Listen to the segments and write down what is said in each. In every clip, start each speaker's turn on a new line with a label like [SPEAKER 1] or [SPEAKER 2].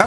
[SPEAKER 1] อั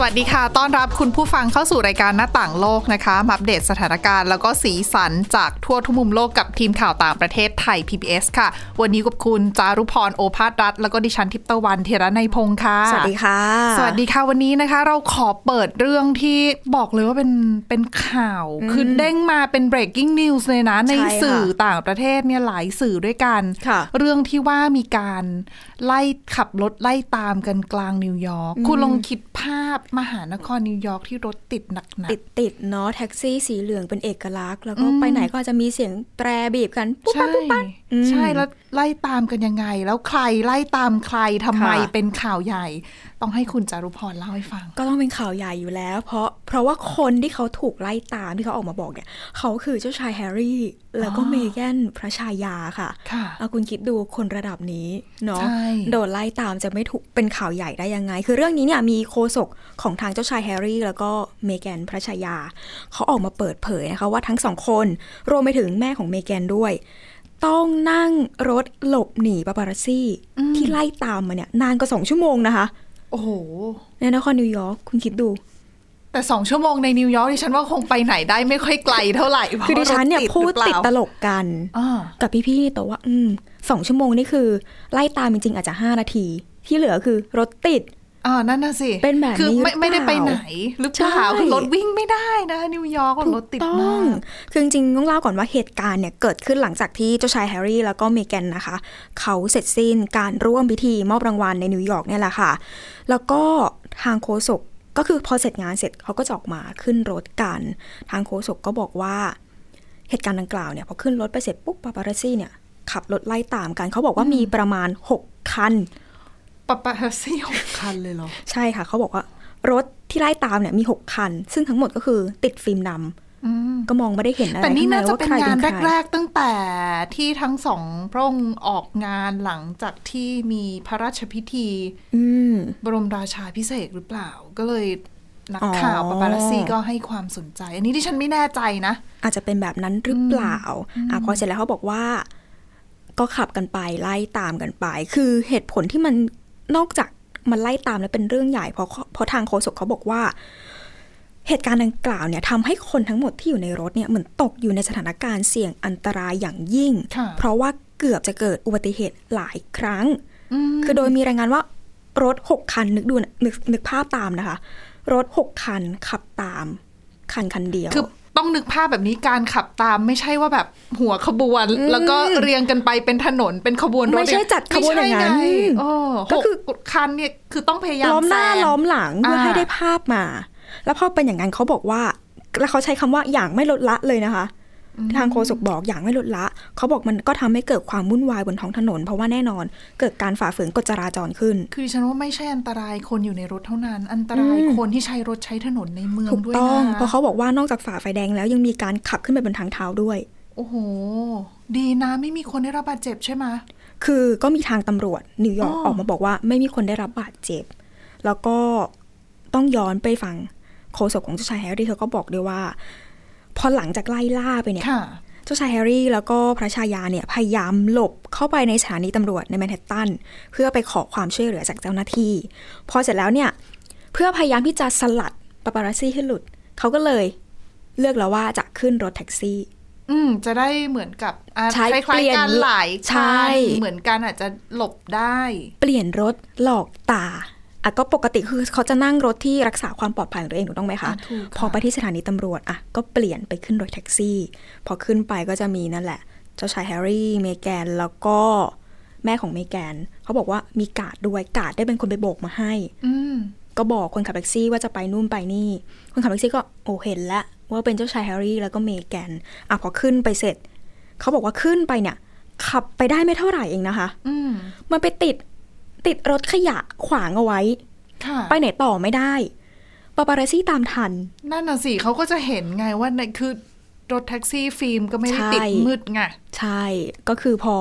[SPEAKER 2] สวัสดีค่ะ ต้อนรับคุณผู้ฟังเข้าสู่รายการหน้าต่างโลกนะคะ มาอัปเดตสถานการณ์แล้วก็สีสันจากทั่วทุกมุมโลกกับทีมข่าวต่างประเทศไทย PBS ค่ะ วันนี้กับคุณจารุพร โอภาสรัฐ แล้วก็ดิฉันทิพย์ตะวันเทระในยพงค์ค่ะ
[SPEAKER 3] สวัสดีค่ะ
[SPEAKER 2] สวัสดีค่ะวันนี้นะคะ เราขอเปิดเรื่องที่บอกเลยว่าเป็นเป็นข่าว คือเด้งมาเป็น breaking news เลยนะ ใน
[SPEAKER 3] ใช่ค่ะ
[SPEAKER 2] สื่อต่างประเทศเนี่ยหลายสื่อด้วยกัน
[SPEAKER 3] ค่ะ
[SPEAKER 2] เรื่องที่ว่ามีการไล่ขับรถไล่ตามกันกลางนิวยอร์กคุณลองคิดภาพมหานครนิวยอร์กที่รถติดหนัก
[SPEAKER 3] ติดติดๆเนาะแท็กซี่สีเหลืองเป็นเอกลักษณ์ แล้วก็ไปไหนก็อาจจะมีเสียงแตรบีบกันปุ๊บ
[SPEAKER 2] ใช่
[SPEAKER 3] ปั๊บปุ๊บปั๊บ
[SPEAKER 2] ใช่แล้วไล่ตามกันยังไง แล้วใครไล่ตามใครทำไม
[SPEAKER 3] ค่ะ
[SPEAKER 2] เป็นข่าวใหญ่ ต้องให้คุณจารุพรเล่าให้ฟัง
[SPEAKER 3] ก็ต้องเป็นข่าวใหญ่อยู่แล้ว เพราะเพราะว่าคนที่เขาถูกไล่ตามที่เขาออกมาบอกเนี่ย เขาคือเจ้าชายแฮร์รี่ แล้วก็
[SPEAKER 2] อ๋อ
[SPEAKER 3] เมแกนพระชายาค่ะ
[SPEAKER 2] ค่ะ
[SPEAKER 3] เอาคุณคิดดูคนระดับนี้เนาะ
[SPEAKER 2] ใช่
[SPEAKER 3] โดนไล่ตามจะไม่ถูกเป็นข่าวใหญ่ได้ยังไง คือเรื่องนี้เนี่ยมีโคษกของทางเจ้าชายแฮร์รี่ แล้วก็เมแกนพระชายา เขาออกมาเปิดเผยนะคะว่าทั้งสองคนรวมไปถึงแม่ของเมแกนด้วย ต้องนั่งรถหลบหนีปาปารัสซี่ที่ไล่ตามมาเนี่ยนานกว่าสองชั่วโมงนะคะ
[SPEAKER 2] โอ้โห
[SPEAKER 3] ในนครนิวยอร์กคุณคิดดู
[SPEAKER 2] แต่สองชั่วโมงในนิวยอร์กดิฉันว่าคงไปไหนได้ไม่ค่อยไกลเท่าไหร่พราะ
[SPEAKER 3] คือดิฉันเนี่ย
[SPEAKER 2] รถ
[SPEAKER 3] พูด
[SPEAKER 2] หรือปล่า
[SPEAKER 3] ติดตลกกัน
[SPEAKER 2] อ่า
[SPEAKER 3] กับพี่ๆแต่ว่า อืมสองชั่วโมงนี่คือ ไล่ตามจริงๆอาจจะห้านาที ที่เหลือคือรถติด
[SPEAKER 2] อ่านั่นน่ะสิ
[SPEAKER 3] เป็นแบบ
[SPEAKER 2] คือ
[SPEAKER 3] นี้หรือ
[SPEAKER 2] ไม่ไม่ได้ไป
[SPEAKER 3] เปล่า
[SPEAKER 2] ไหนหรือเปล่า
[SPEAKER 3] ใช่
[SPEAKER 2] คือรถวิ่งไม่ได้นะนิวยอร์กรถติด
[SPEAKER 3] ถูก
[SPEAKER 2] มา
[SPEAKER 3] ต้อง
[SPEAKER 2] ก
[SPEAKER 3] คือจริงๆต้องเล่าก่อนว่าเหตุการณ์เนี่ยเกิดขึ้นหลังจากที่เจ้าชายแฮร์รี่แล้วก็เมแกนนะคะ เขาเสร็จสิ้นการร่วมพิธีมอบรางวัลในนิวยอร์กเนี่ยแหละค่ะ แล้วก็ทางโฆษกก็คือพอเสร็จงานเสร็จเขาก็จะออกมาขึ้นรถกัน ทางโฆษกก็บอกว่า เหตุการณ์ดังกล่าวเนี่ยพอขึ้นรถไปเสร็จปุ๊บปาปารัสซี่เนี่ยขับรถไล่ตามกัน เขาบอกว่ามีประมาณ 6 คัน
[SPEAKER 2] ปะปะซี่หกคันเลยเหรอ
[SPEAKER 3] ใช่ค่ะ เขาบอกว่ารถที่ไล่ตามเนี่ยมี 6 คัน ซึ่งทั้งหมดก็คือติดฟิล์มด
[SPEAKER 2] อืม
[SPEAKER 3] ำก็มองไม่ได้เห็นอะไร
[SPEAKER 2] แต่นี่
[SPEAKER 3] ข้งใ
[SPEAKER 2] น่าจะ
[SPEAKER 3] ว่
[SPEAKER 2] เป็น
[SPEAKER 3] ใค
[SPEAKER 2] งาน
[SPEAKER 3] ใค
[SPEAKER 2] แรก ๆ ตั้งแต่ที่ทั้งสองพระองค์ออกงานหลังจากที่มีพระราชพิธี
[SPEAKER 3] อืม
[SPEAKER 2] บรมราชาพิเศษกหรือเปล่า ก็เลยนัก
[SPEAKER 3] อ๋อ
[SPEAKER 2] ข่าวปาปารัสซี่ก็ให้ความสนใจ อันนี้ที่ฉันไม่แน่ใจนะ
[SPEAKER 3] อาจจะเป็นแบบนั้นหรือเปล่าอ่ะพอเสร็จแล้วเขาบอกว่า ก็ขับกันไปไล่ตามกันไป คือเหตุผลที่มันนอกจากมันไล่ตามแล้วเป็นเรื่องใหญ่เพราะเพราะทางโฆษกเขาบอกว่า เหตุการณ์ดังกล่าวเนี่ยทำให้คนทั้งหมดที่อยู่ในรถเนี่ยเหมือนตกอยู่ในสถานการณ์เสี่ยงอันตรายอย่างยิ่ง
[SPEAKER 2] ค่ะ
[SPEAKER 3] เพราะว่าเกือบจะเกิดอุบัติเหตุหลายครั้ง
[SPEAKER 2] อืม
[SPEAKER 3] คือโดยมีรายงานว่ารถ 6 คันนึกดูนะนึกนึกภาพตามนะคะ รถ 6 คันขับตาม คันคันเดียว
[SPEAKER 2] คือต้องนึกภาพแบบนี้การขับตามไม่ใช่ว่าแบบหัวขบวน
[SPEAKER 3] อืม
[SPEAKER 2] แล้วก็เรียงกันไปเป็นถนนเป็นขบวนรถ
[SPEAKER 3] ไม่ใช่จัดขบวนอย่างนั้น
[SPEAKER 2] ไม่ใช่ไงโอ้
[SPEAKER 3] ก็
[SPEAKER 2] ก็
[SPEAKER 3] คื
[SPEAKER 2] คือ อคันเนี่ยคือต้องพยายาม
[SPEAKER 3] ล้อมหน้า
[SPEAKER 2] แซง
[SPEAKER 3] ล้อมหลังเพื่อ
[SPEAKER 2] อ่า
[SPEAKER 3] ให้ได้ภาพมา แล้วพอเป็นอย่างนั้นเขาบอกว่า แล้วเขาใช้คำว่าอย่างไม่ลดละเลยนะคะ ทางโฆษกบอกอย่างไม่ลดละ เขาบอกมันก็ทำให้เกิดความวุ่นวายบนท้องถนน เพราะว่าแน่นอนเกิดการฝ่าฝืนกฎจราจรขึ้น
[SPEAKER 2] คือดิฉันว่าไม่ใช่อันตรายคนอยู่ในรถเท่านั้น อันตรายคนที่ใช้รถใช้ถนนในเมือง
[SPEAKER 3] ถูก
[SPEAKER 2] ด้วย
[SPEAKER 3] ต้อง
[SPEAKER 2] นะ
[SPEAKER 3] เพราะเขาบอกว่านอกจากฝ่าไฟแดงแล้วยังมีการขับขึ้นไปบนทางเท้าด้วย
[SPEAKER 2] โอ้โห ดีนะไม่มีคนได้รับบาดเจ็บใช่ไหม
[SPEAKER 3] คือก็มีทางตำรวจนิวยอร์ก
[SPEAKER 2] อ๋อ
[SPEAKER 3] ออกมาบอกว่าไม่มีคนได้รับบาดเจ็บ แล้วก็ต้องย้อนไปฟังโฆษกของเจ้าชายแฮร์รี่เธอก็บอกด้วยว่า พอหลังจากไล่ล่าไปเนี่ย
[SPEAKER 2] ค่ะ
[SPEAKER 3] เจ้าชายแฮร์รี่แล้วก็พระชายาเนี่ยพยายามหลบเข้าไปในสถานีตำรวจในแมนฮัตตันเพื่อไปขอความช่วยเหลือจากเจ้าหน้าที่ พอเสร็จแล้วเนี่ย เพื่อพยายามที่จะสลัดปาปารัสซี่ให้หลุด เขาก็เลยเลือกแล้วว่าจะขึ้นรถแท็กซี่
[SPEAKER 2] อืมจะได้เหมือนกับอ่ะ
[SPEAKER 3] ใช่
[SPEAKER 2] ค
[SPEAKER 3] เป
[SPEAKER 2] ล้า
[SPEAKER 3] ลี่
[SPEAKER 2] ย
[SPEAKER 3] ยน
[SPEAKER 2] ๆกันหลาย
[SPEAKER 3] ใช่
[SPEAKER 2] คันเหมือนกันอาจจะหลบได้
[SPEAKER 3] เปลี่ยนรถหลอกตาอ่ะก็ปกติคือเขาจะนั่งรถที่รักษาความปลอดภัยของตัวเองถูกต้องไหมคะ
[SPEAKER 2] อ่ะถูกค่ะ
[SPEAKER 3] พอไปที่สถานีตำรวจอ่ะก็เปลี่ยนไปขึ้นรถแท็กซี่ พอขึ้นไปก็จะมีนั่นแหละ เจ้าชายแฮร์รี่เมแกนแล้วก็แม่ของเมแกนเขาบอกว่ามีการ์ดด้วยการ์ดได้เป็นคนไปโบกมาให้
[SPEAKER 2] อืม
[SPEAKER 3] ก็บอกคนขับแท็กซี่ว่าจะไปนู่นไปนี่ คนขับแท็กซี่ก็โอเห็นแล้วว่าเป็นเจ้าชายแฮร์รี่แล้วก็เมแกนอ่ะพอขึ้นไปเสร็จเขาบอกว่าขึ้นไปเนี่ย ขับไปได้ไม่เท่าไหร่เองนะคะ
[SPEAKER 2] อืม
[SPEAKER 3] มันไปติดติดรถขยะขวางเอาไว้
[SPEAKER 2] ค่ะ
[SPEAKER 3] ไปไหนต่อไม่ได้ปาปารัสซี่ตามทัน
[SPEAKER 2] นั่นน่ะสิเขาก็จะเห็นไงว่าในคือรถแท็กซี่ฟิล์มก็ไม่ได้
[SPEAKER 3] ใช่
[SPEAKER 2] ติดมืดไง
[SPEAKER 3] ใช่ก็คือพอ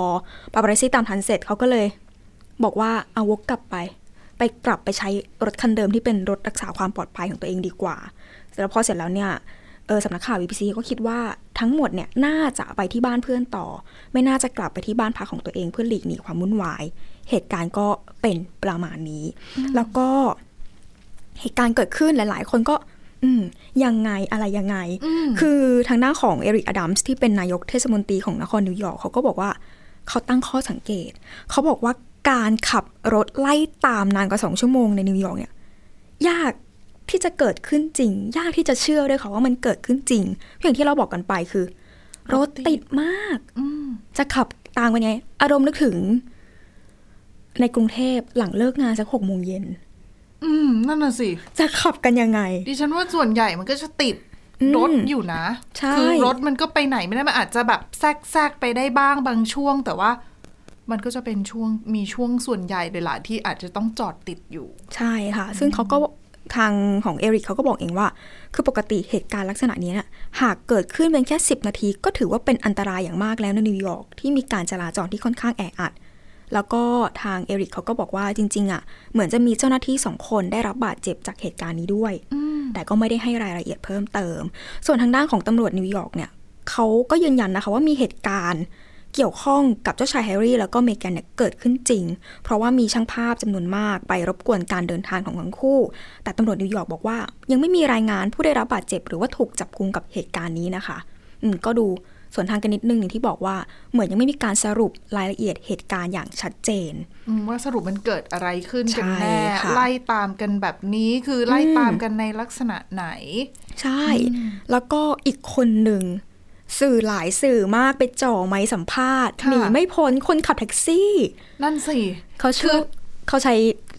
[SPEAKER 3] ปาปารัสซี่ตามทันเสร็จเขาก็เลย บอกว่าเอาวกกลับไป ไปกลับไปใช้รถคันเดิมที่เป็นรถรักษาความปลอดภัยของตัวเองดีกว่าเสร็จแล้วพอเสร็จแล้วเนี่ยเออสำนักข่าว BBC ก็คิดว่าทั้งหมดเนี่ยน่าจะไปที่บ้านเพื่อนต่อ ไม่น่าจะกลับไปที่บ้านพักของตัวเองเพื่อหลีกหนีความวุ่นวาย เหตุการณ์ก็เป็นประมาณนี้ แล้วก็เหตุการณ์เกิดขึ้นหลาย ๆ คนก็ อืมยังไงอะไรยังไง คือทางหน้าของเอริกอดัมส์ที่เป็นนายกเทศมนตรีของนครนิวยอร์กเขาก็บอกว่าเขาตั้งข้อสังเกต เขาบอกว่าการขับรถไล่ตามนานกว่าสองชั่วโมงในนิวยอร์กเนี่ยยากที่จะเกิดขึ้นจริง ยากที่จะเชื่อด้วยค่ะว่ามันเกิดขึ้นจริงอย่างที่เราบอกกันไปคือ รถติดมาก
[SPEAKER 2] อืม
[SPEAKER 3] จะขับตามกันไง อารมณ์นึกถึง ในกรุงเทพหลังเลิกงานสักหกโมงเย็น
[SPEAKER 2] อืม นั่นน่ะสิ
[SPEAKER 3] จะขับกันยังไง
[SPEAKER 2] ดิฉันว่าส่วนใหญ่มันก็จะติดรถ
[SPEAKER 3] อืม
[SPEAKER 2] อยู่นะ
[SPEAKER 3] ใช่
[SPEAKER 2] คือรถมันก็ไปไหนไม่ได้ มันอาจจะแบบแทรกแทรกไปได้บ้างบางช่วง แต่ว่ามันก็จะเป็นช่วงมีช่วงส่วนใหญ่เลยล่ะที่อาจจะต้องจอดติดอยู่
[SPEAKER 3] ใช่ค่ะ ซึ่งเขาก็ทางของเอริกเขาก็บอกเองว่า คือปกติเหตุการณ์ลักษณะนี้เนะหากเกิดขึ้นเป็นแค่ 10 นาที ก็ถือว่าเป็นอันตรายอย่างมากแล้วในนิวยอร์กที่มีการจราจรที่ค่อนข้างแออัด แล้วก็ทางเอริกเขาก็บอกว่าจริงๆอ่ะเหมือนจะมีเจ้าหน้าที่สองคนได้รับบาดเจ็บจากเหตุการณ์นี้ด้วย แต่ก็ไม่ได้ให้รายละเอียดเพิ่มเติม ส่วนทางด้านของตำรวจนิวยอร์กเนี่ยเขาก็ยืนยันนะคะว่ามีเหตุการณ์เกี่ยวข้องกับเจ้าชายแฮร์รี่แล้วก็เมแกนเนี่ยเกิดขึ้นจริง เพราะว่ามีช่างภาพจำนวนมากไปรบกวนการเดินทางของทั้งคู่ แต่ตำรวจนิวยอร์กบอกว่า ยังไม่มีรายงานผู้ได้รับบาดเจ็บ หรือว่าถูกจับกุมกับเหตุการณ์นี้นะคะ อืมก็ดูส่วนทางกันนิดนึงอย่างที่บอกว่าเหมือนยังไม่มีการสรุปรายละเอียดเหตุการณ์อย่างชัดเจน
[SPEAKER 2] อืมว่าสรุปมันเกิดอะไรขึ้นกันแน่
[SPEAKER 3] ใช่ค่ะ
[SPEAKER 2] ไล่ตามกันแบบนี้คือไล่
[SPEAKER 3] อืม
[SPEAKER 2] ตามกันในลักษณะไหน
[SPEAKER 3] ใช่ แล้วก็อีกคนหนึ่ง สื่อหลายสื่อมากไปจ่อไม้สัมภาษณ์
[SPEAKER 2] ค่ะ
[SPEAKER 3] หนีไม่พ้นคนขับแท็กซี่
[SPEAKER 2] นั่นสิ
[SPEAKER 3] เขาชื่อ
[SPEAKER 2] คือ
[SPEAKER 3] เขาใช้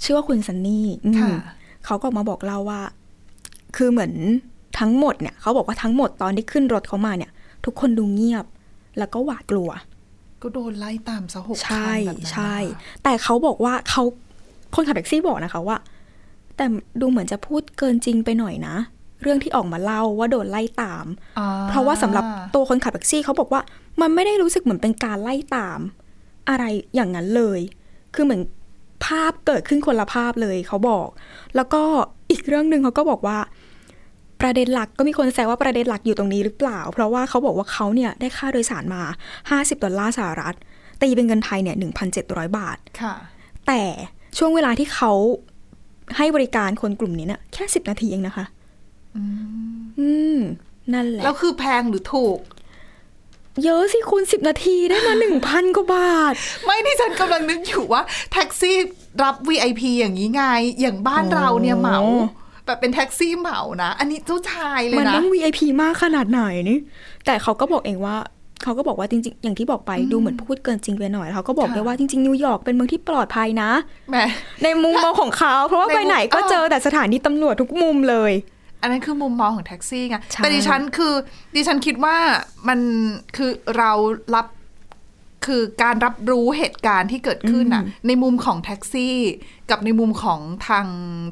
[SPEAKER 3] ชื่อว่าคุณซันนี่อืม
[SPEAKER 2] ค่ะ
[SPEAKER 3] เขาก็ออกมาบอกเราว่า คือเหมือนทั้งหมดเนี่ย เขาบอกว่าทั้งหมดตอนที่ขึ้นรถเขามาเนี่ย ทุกคนดูเงียบ แล้วก็หวาดกลัว
[SPEAKER 2] ก็โดนไล่ตามซะหกคั
[SPEAKER 3] ใช่
[SPEAKER 2] นแบบนั้นนะคะ
[SPEAKER 3] ใช่ แต่เขาบอกว่าเขาคนขับแท็กซี่บอกนะคะว่า แต่ดูเหมือนจะพูดเกินจริงไปหน่อยนะ เรื่องที่ออกมาเล่าว่าโดนไล่ตาม
[SPEAKER 2] อ่
[SPEAKER 3] เพราะว่าสำหรับตัวคนขับแท็กซี่เขาบอกว่า มันไม่ได้รู้สึกเหมือนเป็นการไล่ตาม อะไรอย่างนั้นเลย คือเหมือนภาพเกิดขึ้นคนละภาพเลยเขาบอก แล้วก็อีกเรื่องหนึ่งเขาก็บอกว่า ประเด็นหลักก็มีคนแซวว่าประเด็นหลักอยู่ตรงนี้หรือเปล่า เพราะว่าเขาบอกว่าเขาเนี่ยได้ค่าโดยสารมา 50 ดอลลาร์สหรัฐ ตีเป็นเงินไทยเนี่ย 1,700 บาท
[SPEAKER 2] ค่ะ
[SPEAKER 3] แต่ช่วงเวลาที่เขาให้บริการคนกลุ่มนี้เนี่ยแค่ 10 นาทีเองนะคะ อืมนั่นแหละ
[SPEAKER 2] แล้วคือแพงหรือถูก
[SPEAKER 3] เยอะสิคุณสิบนาทีได้ มาหนึ่งพันกว่าบาท
[SPEAKER 2] ไม่ที่ฉันกำลังนึกอยู่ว่า แท็กซี่รับ VIP อย่างนี้ไง อย่างบ้าน
[SPEAKER 3] โอ้
[SPEAKER 2] เราเนี่ยเหมา แบบเป็นแท็กซี่เหมานะ อันนี้เจ้าชายเลย
[SPEAKER 3] มัน
[SPEAKER 2] นะ
[SPEAKER 3] ต้อง VIP มากขนาดไหนนี่แต่เขาก็บอกเองว่า เขาก็บอกว่าจริงๆ อย่างที่บอกไปดูเหมือนพูดเกินจริงไปหน่อยแล้วเขาก็บอก
[SPEAKER 2] ค่ะ
[SPEAKER 3] ด้วยว่าจริงๆนิวยอร์กเป็นเมืองที่ปลอดภัยนะ
[SPEAKER 2] แหม
[SPEAKER 3] ในมุมมองของ เขา เพราะว่า
[SPEAKER 2] ในมุม
[SPEAKER 3] ไปไหนก็
[SPEAKER 2] เออ
[SPEAKER 3] เจอแต่สถานีตำรวจทุกมุมเลย
[SPEAKER 2] อันนั้นคือมุมมองของแท็กซี่ไง
[SPEAKER 3] ใช่
[SPEAKER 2] แต่ดิฉันคือ ดิฉันคิดว่ามันคือเรารับคือการรับรู้เหตุการณ์ที่เกิดขึ้นน่ะ ในมุมของแท็กซี่ กับในมุมของทาง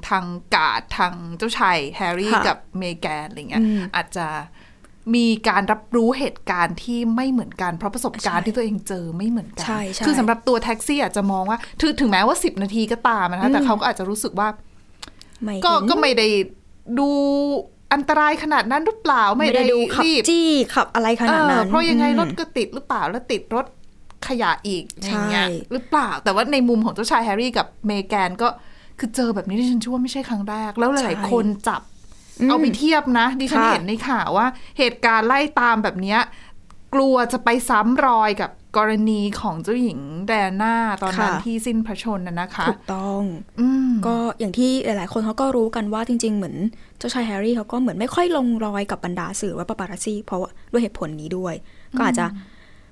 [SPEAKER 2] ทางกาดทางเจ้าชายแฮร์รี่
[SPEAKER 3] ค่ะ
[SPEAKER 2] กับเมแกนอะไรเงี้ยอาจจะมีการรับรู้เหตุการณ์ที่ไม่เหมือนกัน เพราะประสบการณ์ที่ตัวเองเจอไม่เหมือนกั
[SPEAKER 3] ใช่ใช่
[SPEAKER 2] คือสำหรับตัวแท็กซี่อาจจะมองว่าถึงถึงแม้ว่า 10 นาทีก็ตามนะคะแต่เขาก็อาจจะรู้สึกว่า
[SPEAKER 3] ไม่
[SPEAKER 2] ก็
[SPEAKER 3] เห็น
[SPEAKER 2] ก็ไม่ได้ดูอันตรายขนาดนั้นหรือเปล่าไม่
[SPEAKER 3] ไม่ได้ดูขับ
[SPEAKER 2] รีบ
[SPEAKER 3] จี้ขับอะไรขนาดนั้
[SPEAKER 2] เอน อเพราะยังไงรถก็ติดหรือเปล่าแล้วติดรถขยะอีกอย่างเงี้ย
[SPEAKER 3] ใช่
[SPEAKER 2] หรือเปล่า แต่ว่าในมุมของเจ้าชายแฮร์รี่กับเมแกนก็คือเจอแบบนี้ดิฉันเชื่อว่าไม่ใช่ครั้งแรก แล้วหลายๆคนจับ เอาไปเทียบนะดิฉัน
[SPEAKER 3] ค่ะ
[SPEAKER 2] เห็นในข่าวว่า เหตุการณ์ไล่ตามแบบเนี้ยกลัวจะไปซ้ำรอยกับกรณีของเจ้าหญิงแดนน่าตอนนั้นที่สิ้นพระชนน่ะนะคะ
[SPEAKER 3] ถูกต้อง
[SPEAKER 2] อืม
[SPEAKER 3] ก็อย่างที่หลาย ๆ คนเขาก็รู้กันว่าจริง ๆ เหมือนเจ้าชายแฮร์รี่เขาก็เหมือนไม่ค่อยลงรอยกับบรรดาสื่อว่าปาปารัซซี่เพราะว่าด้วยเหตุผลนี้ด้วย ก็อาจจะ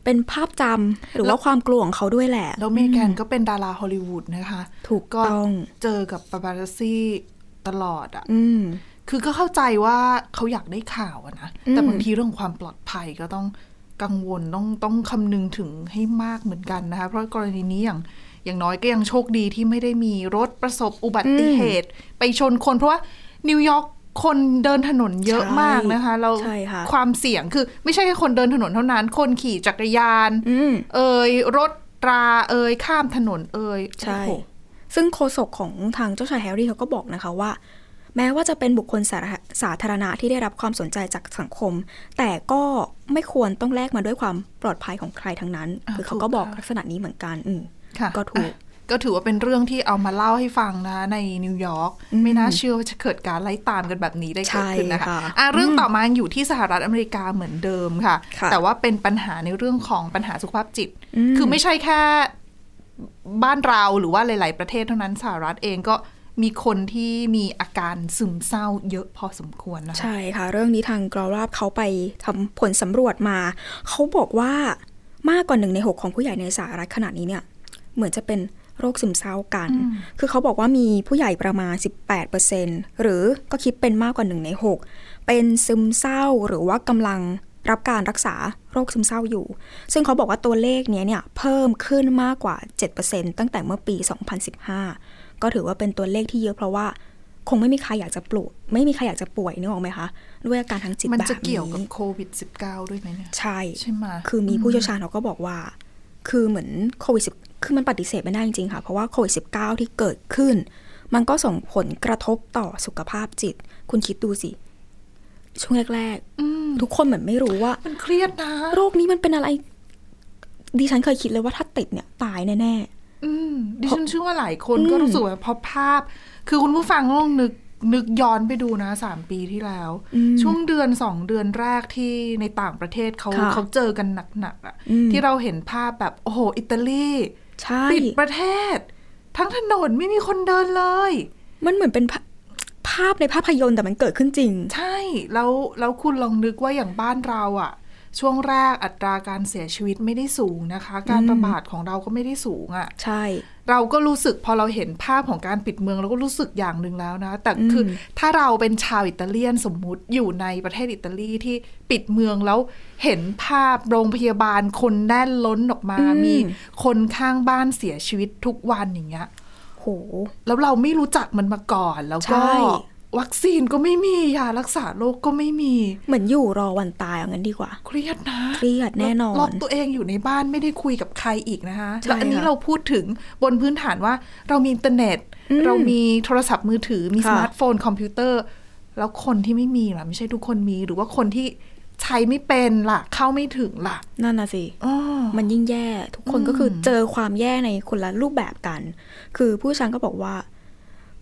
[SPEAKER 3] เป็นภาพจำหรือว่าความกลัวของเขาด้วยแหละ
[SPEAKER 2] แล้วเมแกนก็เป็นดาราฮอลลีวูดนะคะ
[SPEAKER 3] ถูกต้อง
[SPEAKER 2] เจอกับปาปารัสซี่ตลอดอะ่ะ
[SPEAKER 3] อืม
[SPEAKER 2] คือก็เข้าใจว่าเขาอยากได้ข่าวอะนะ แต่บางทีเรื่องของความปลอดภัยก็ต้องกังวลต้องต้องคำนึงถึงให้มากเหมือนกันนะคะ เพราะกรณีนี้อย่างอย่างน้อยก็ยังโชคดีที่ไม่ได้มีรถประสบอุบัติเหตุ ไปชนคน เพราะว่านิวยอร์กคนเดินถนนเยอะ
[SPEAKER 3] ใช่
[SPEAKER 2] มากนะคะแล้ว
[SPEAKER 3] ใช่ค่ะ
[SPEAKER 2] ความเสี่ยงคือไม่ใช่แค่คนเดินถนนเท่านั้น คนขี่จักรยาน
[SPEAKER 3] อืม
[SPEAKER 2] เอ่ยรถตราเอ่ยข้ามถนนเอ่ย
[SPEAKER 3] ใช่
[SPEAKER 2] โอ้โห
[SPEAKER 3] ซึ่งโฆษกของทางเจ้าชายแฮร์รี่เขาก็บอกนะคะว่า แม้ว่าจะเป็นบุคคลสาธาสาธารณะที่ได้รับความสนใจจากสังคม แต่ก็ไม่ควรต้องแลกมาด้วยความปลอดภัยของใครทั้งนั้น
[SPEAKER 2] อ่า
[SPEAKER 3] คือเขาก็บอก
[SPEAKER 2] ถูกค่ะ
[SPEAKER 3] ลักษณะนี้เหมือนกันอืม
[SPEAKER 2] ค่ะ
[SPEAKER 3] ก็ถูก
[SPEAKER 2] อ่ะก็ถือว่าเป็นเรื่องที่เอามาเล่าให้ฟังนะในนิวยอร์ก
[SPEAKER 3] อืม
[SPEAKER 2] ไม่น่าเชื่อว่าจะเกิดการไล่ตามกันแบบนี้ได้เกิดขึ้นนะคะ
[SPEAKER 3] ใช่ค่ะ
[SPEAKER 2] อ่ะเรื่อง
[SPEAKER 3] อืม
[SPEAKER 2] ต่อมาอยู่ที่สหรัฐอเมริกาเหมือนเดิมค่ะ
[SPEAKER 3] ค่ะ
[SPEAKER 2] แต่ว่าเป็นปัญหาในเรื่องของปัญหาสุขภาพจิต
[SPEAKER 3] อืม
[SPEAKER 2] คือไม่ใช่แค่บ้านเราหรือว่าหลาย ๆ ประเทศเท่านั้นสหรัฐเองก็มีคนที่มีอาการซึมเศร้าเยอะพอสมควรนะคะ
[SPEAKER 3] ใช่ค่ะ เรื่องนี้ทางกรอราบเขาไปทำผลสำรวจมา เขาบอกว่ามากกว่าหนึ่งในหกของผู้ใหญ่ในสหรัฐขณะนี้เนี่ย เหมือนจะเป็นโรคซึมเศร้ากัน
[SPEAKER 2] อืม
[SPEAKER 3] คือเขาบอกว่ามีผู้ใหญ่ประมาณ 18%หรือก็คิดเป็นมากกว่าหนึ่งในหกเป็นซึมเศร้าหรือว่ากำลังรับการรักษาโรคซึมเศร้าอยู่ ซึ่งเขาบอกว่าตัวเลขเนี้ยเนี่ยเพิ่มขึ้นมากกว่า 7%ตั้งแต่เมื่อปี 2015 ก็ถือว่าเป็นตัวเลขที่เยอะเพราะว่า คงไม่มีใครอยากจะปลูกไม่มีใครอยากจะป่วยนึกออกไหมคะ ด้วยอาการทางจิต
[SPEAKER 2] มัน
[SPEAKER 3] แบบ
[SPEAKER 2] จะเกี่ยวกับ
[SPEAKER 3] นี้
[SPEAKER 2] โควิด -19 ด้วยไหมเนี่ย
[SPEAKER 3] ใช่
[SPEAKER 2] ใช่ไหม
[SPEAKER 3] คือมีผู้เชี่ยวชาญเขาก็บอกว่า คือเหมือนโควิดสิบคือมันปฏิเสธไม่ได้จริงๆค่ะ เพราะว่าโควิดสิบเก้าที่เกิดขึ้น มันก็ส่งผลกระทบต่อสุขภาพจิต คุณคิดดูสิ ช่วงแรก
[SPEAKER 2] อืม
[SPEAKER 3] ๆ ทุกคนเหมือนไม่รู้ว่า
[SPEAKER 2] มันเครียดนะ
[SPEAKER 3] โรคนี้มันเป็นอะไร ดิฉันเคยคิดเลยว่าถ้าติดเนี่ยตายแน่
[SPEAKER 2] อืมดิ
[SPEAKER 3] เพราะ
[SPEAKER 2] ฉันเชื่อว่าหลายคน
[SPEAKER 3] อืม
[SPEAKER 2] ก็รู้สึกว่าพอภาพ คือคุณผู้ฟังลองนึกนึกย้อนไปดูนะสามปีที่แล้ว
[SPEAKER 3] ๆอืม
[SPEAKER 2] ช่วงเดือนสองเดือนแรกที่ในต่างประเทศเขา
[SPEAKER 3] ค่ะ
[SPEAKER 2] เขาเจอกันหนักๆอะ่ะ
[SPEAKER 3] อืม
[SPEAKER 2] ที่เราเห็นภาพแบบ โอ้โห อิตาลี
[SPEAKER 3] ใช่
[SPEAKER 2] ปิดประเทศ ทั้งถนนไม่มีคนเดินเลย
[SPEAKER 3] มันเหมือนเป็นภาภาพในภาพยนตร์แต่มันเกิดขึ้นจริง
[SPEAKER 2] ใช่แล้วแล้วคุณลองนึกว่าอย่างบ้านเราอะช่วงแรกอัตราการเสียชีวิตไม่ได้สูงนะคะ การ
[SPEAKER 3] อืม
[SPEAKER 2] ระบาดของเราก็ไม่ได้สูงอ่ะ
[SPEAKER 3] ใช่
[SPEAKER 2] เราก็รู้สึกพอเราเห็นภาพของการปิดเมืองเราก็รู้สึกอย่างหนึ่งแล้วนะ แต่คืออ
[SPEAKER 3] ม
[SPEAKER 2] ถ้าเราเป็นชาวอิตาเลียนสมมุติอยู่ในประเทศอิตาลีที่ปิดเมืองแล้วเห็นภาพโรงพยาบาลคนแน่นล้นออกมา
[SPEAKER 3] อืม
[SPEAKER 2] มีคนข้างบ้านเสียชีวิตทุกวันอย่างเงี้ย
[SPEAKER 3] โห
[SPEAKER 2] แล้วเราไม่รู้จักมันมาก่อนแล้วก็
[SPEAKER 3] ใช่
[SPEAKER 2] วัคซีนก็ไม่มียารักษาโรคก็ไม่มี
[SPEAKER 3] เหมือนอยู่รอวันตายเอางั้นดีกว่า
[SPEAKER 2] เครียดนะ
[SPEAKER 3] เครียดแน่นอน
[SPEAKER 2] ล็อกตัวเองอยู่ในบ้านไม่ได้คุยกับใครอีกนะคะ
[SPEAKER 3] ใช่
[SPEAKER 2] แล้วอันนี้
[SPEAKER 3] ค่ะ
[SPEAKER 2] เราพูดถึงบนพื้นฐานว่าเรามีอินเทอร์เน็ต
[SPEAKER 3] อืม
[SPEAKER 2] เรามีโทรศัพท์มือถือมี
[SPEAKER 3] ค่ะ
[SPEAKER 2] สมาร์ทโฟน คอมพิวเตอร์ แล้วคนที่ไม่มีล่ะ ไม่ใช่ทุกคนมี หรือว่าคนที่ใช้ไม่เป็นล่ะ เข้าไม่ถึงล่ะ
[SPEAKER 3] นั่นน่ะสิ
[SPEAKER 2] อ้อ
[SPEAKER 3] มันยิ่งแย่ทุกคนก็คืออ
[SPEAKER 2] ม
[SPEAKER 3] เจอความแย่ในคนละรูปแบบกัน คือผู้เชี่ยวชันก็บอกว่า